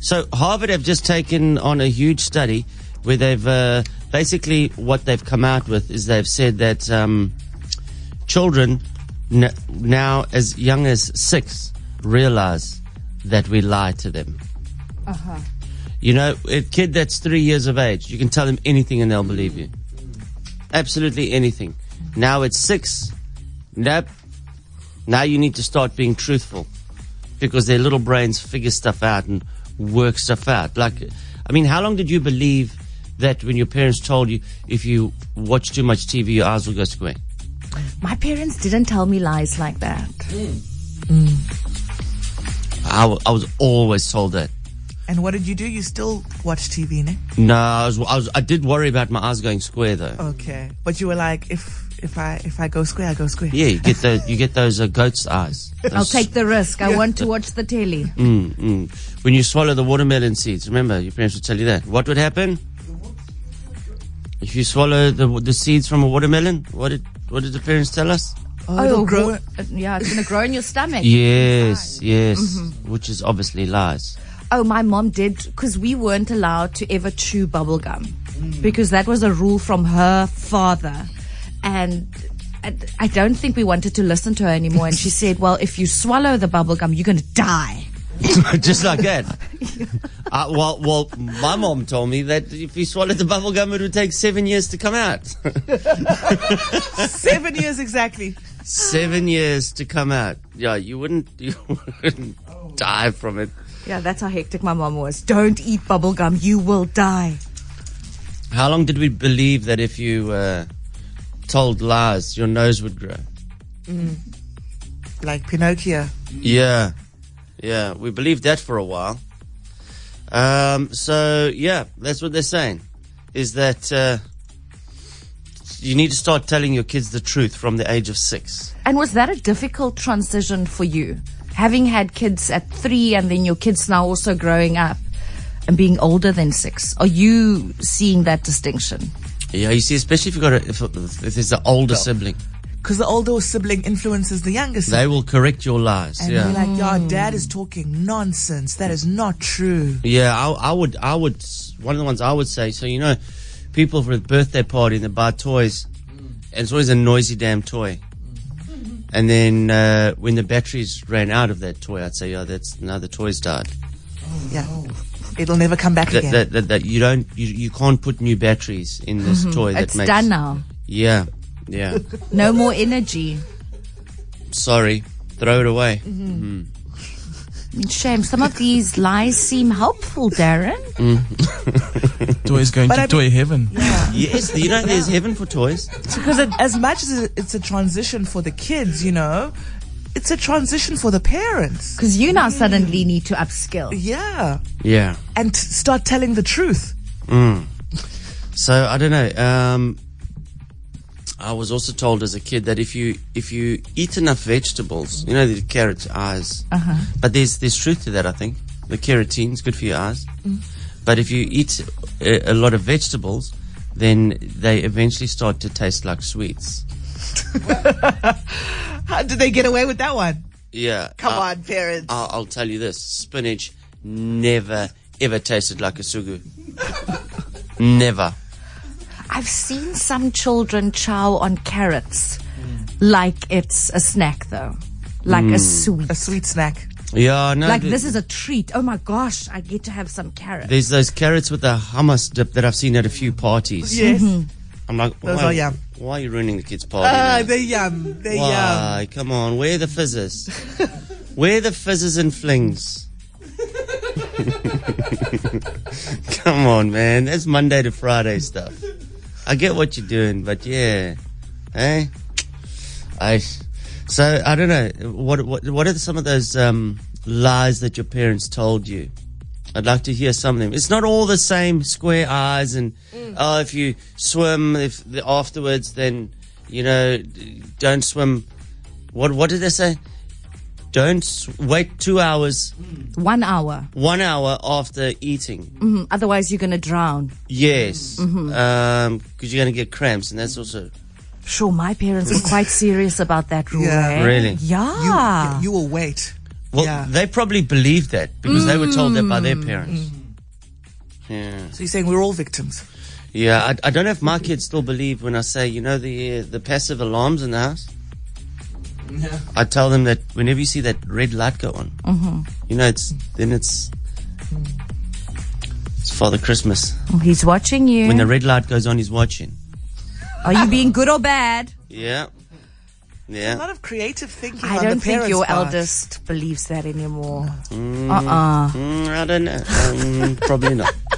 So Harvard have just taken on a huge study where they've uh, basically what they've come out with is they've said that um, children n- now as young as six realize that we lie to them. Uh-huh. You know, a kid that's three years of age, you can tell them anything and they'll believe you. Absolutely anything. Now it's six. Nope. Now you need to start being truthful because their little brains figure stuff out and work stuff out. Like, I mean, how long did you believe that when your parents told you if you watch too much TV, your eyes will go square? My parents didn't tell me lies like that. I, wa- I was always told that. And what did you do? You still watch TV, ne? No, I, was, I, was, I did worry about my eyes going square though. Oh. Okay. But you were like, if if I if I go square, I go square. Yeah, you get those, you get those uh, goat's eyes. I'll Those- take the risk. I want to watch the telly. Mm, mm. When you swallow the watermelon seeds, remember your parents would tell you that. What would happen if you swallow the the seeds from a watermelon? What did what did the parents tell us? Oh, it'll grow. wa- uh, yeah, it's going to grow in your stomach. Yes, yes, which is obviously lies. Oh, my mom did because we weren't allowed to ever chew bubble gum because that was a rule from her father, and. I- I don't think we wanted to listen to her anymore. And she said, Well, if you swallow the bubble gum, you're going to die. Just like that. Uh, well, well, my mom told me that if you swallowed the bubble gum, it would take seven years to come out. Seven years exactly. seven years to come out. Yeah, you wouldn't you wouldn't die from it. Yeah, that's how hectic my mom was. Don't eat bubble gum, you will die. How long did we believe that if you uh, told lies, your nose would grow? Like Pinocchio. Yeah, yeah, we believed that for a while. Um, so yeah, that's what they're saying, is that uh, you need to start telling your kids the truth from the age of six. And was that a difficult transition for you? Having had kids at three and then your kids now also growing up and being older than six. Are you seeing that distinction? Yeah, you see, especially if you got a, if, if there's an older sibling, Because the older sibling influences the younger sibling. they will correct your lies. And yeah, you're like, your dad is talking nonsense. That is not true. Yeah, I, I would, I would. One of the ones I would say. So you know, people for a birthday party and they buy toys, and it's always a noisy damn toy. And then uh, when the batteries ran out of that toy, I'd say, yeah, that's now the toy's died. Yeah. It'll never come back That, again. that, that, that you don't, you, you can't put new batteries in this toy. That Mm-hmm. it's makes, done now. Yeah, yeah. No more energy. Sorry, throw it away. Mm-hmm. Shame. Some of these lies seem helpful, Darren. Toy is going But to I mean- toy heaven. Yes, you know, there's heaven for toys. Because it, as much as it- it's a transition for the kids, you know, it's a transition for the parents. Because you now suddenly need to upskill. Yeah. Yeah. And t- start telling the truth. So I don't know. Um, I was also told as a kid that if you if you eat enough vegetables, you know the carrots, eyes. Uh-huh. But there's there's truth to that. I think the carotene is good for your eyes. Mm. But if you eat a, a lot of vegetables, then they eventually start to taste like sweets. How did they get away with that one? Yeah. Come I- on, parents. I'll, I'll tell you this: spinach never ever tasted like a sugu. never. I've seen some children chow on carrots like it's a snack, though. Like Hmm. a sweet. a sweet snack. Yeah. No. Like the- this is a treat. Oh my gosh, I get to have some carrots. There's those carrots with the hummus dip that I've seen at a few parties. Yes. I'm like, Those why, are yum. Why are you ruining the kids' party? Ah, now? they're yum. They're yum. why? Come on, where are the fizzes? where are the fizzes and flings? Come on, man. That's Monday to Friday stuff. I get what you're doing, but yeah, eh? I. So I don't know. What what what are some of those um, lies that your parents told you? I'd like to hear some of them. It's not all the same square eyes and oh, if you swim, if the, afterwards, then you know, d- don't swim. What what did they say? Don't s- wait two hours, One hour. one hour after eating. Mm, Otherwise, you're going to drown. Yes, because you're going to get cramps, and that's also Sure, my parents were quite serious about that rule. Yeah. eh? Really? Yeah. Ah. You, you will wait. Well, Yeah. they probably believe that because they were told that by their parents. Yeah. So you're saying we're all victims? Yeah, I, I don't know if my kids still believe when I say, you know, the uh, the passive alarms in the house. Yeah. I tell them that whenever you see that red light go on, Mm-hmm. you know, it's then it's it's Father Christmas. He's watching you. When the red light goes on, he's watching. Are you being good or bad? Yeah, A lot yeah. of creative thinking. I on don't the think parents' your part. eldest believes that anymore. Uh uh Mm, I don't Mm, know. Um, probably not.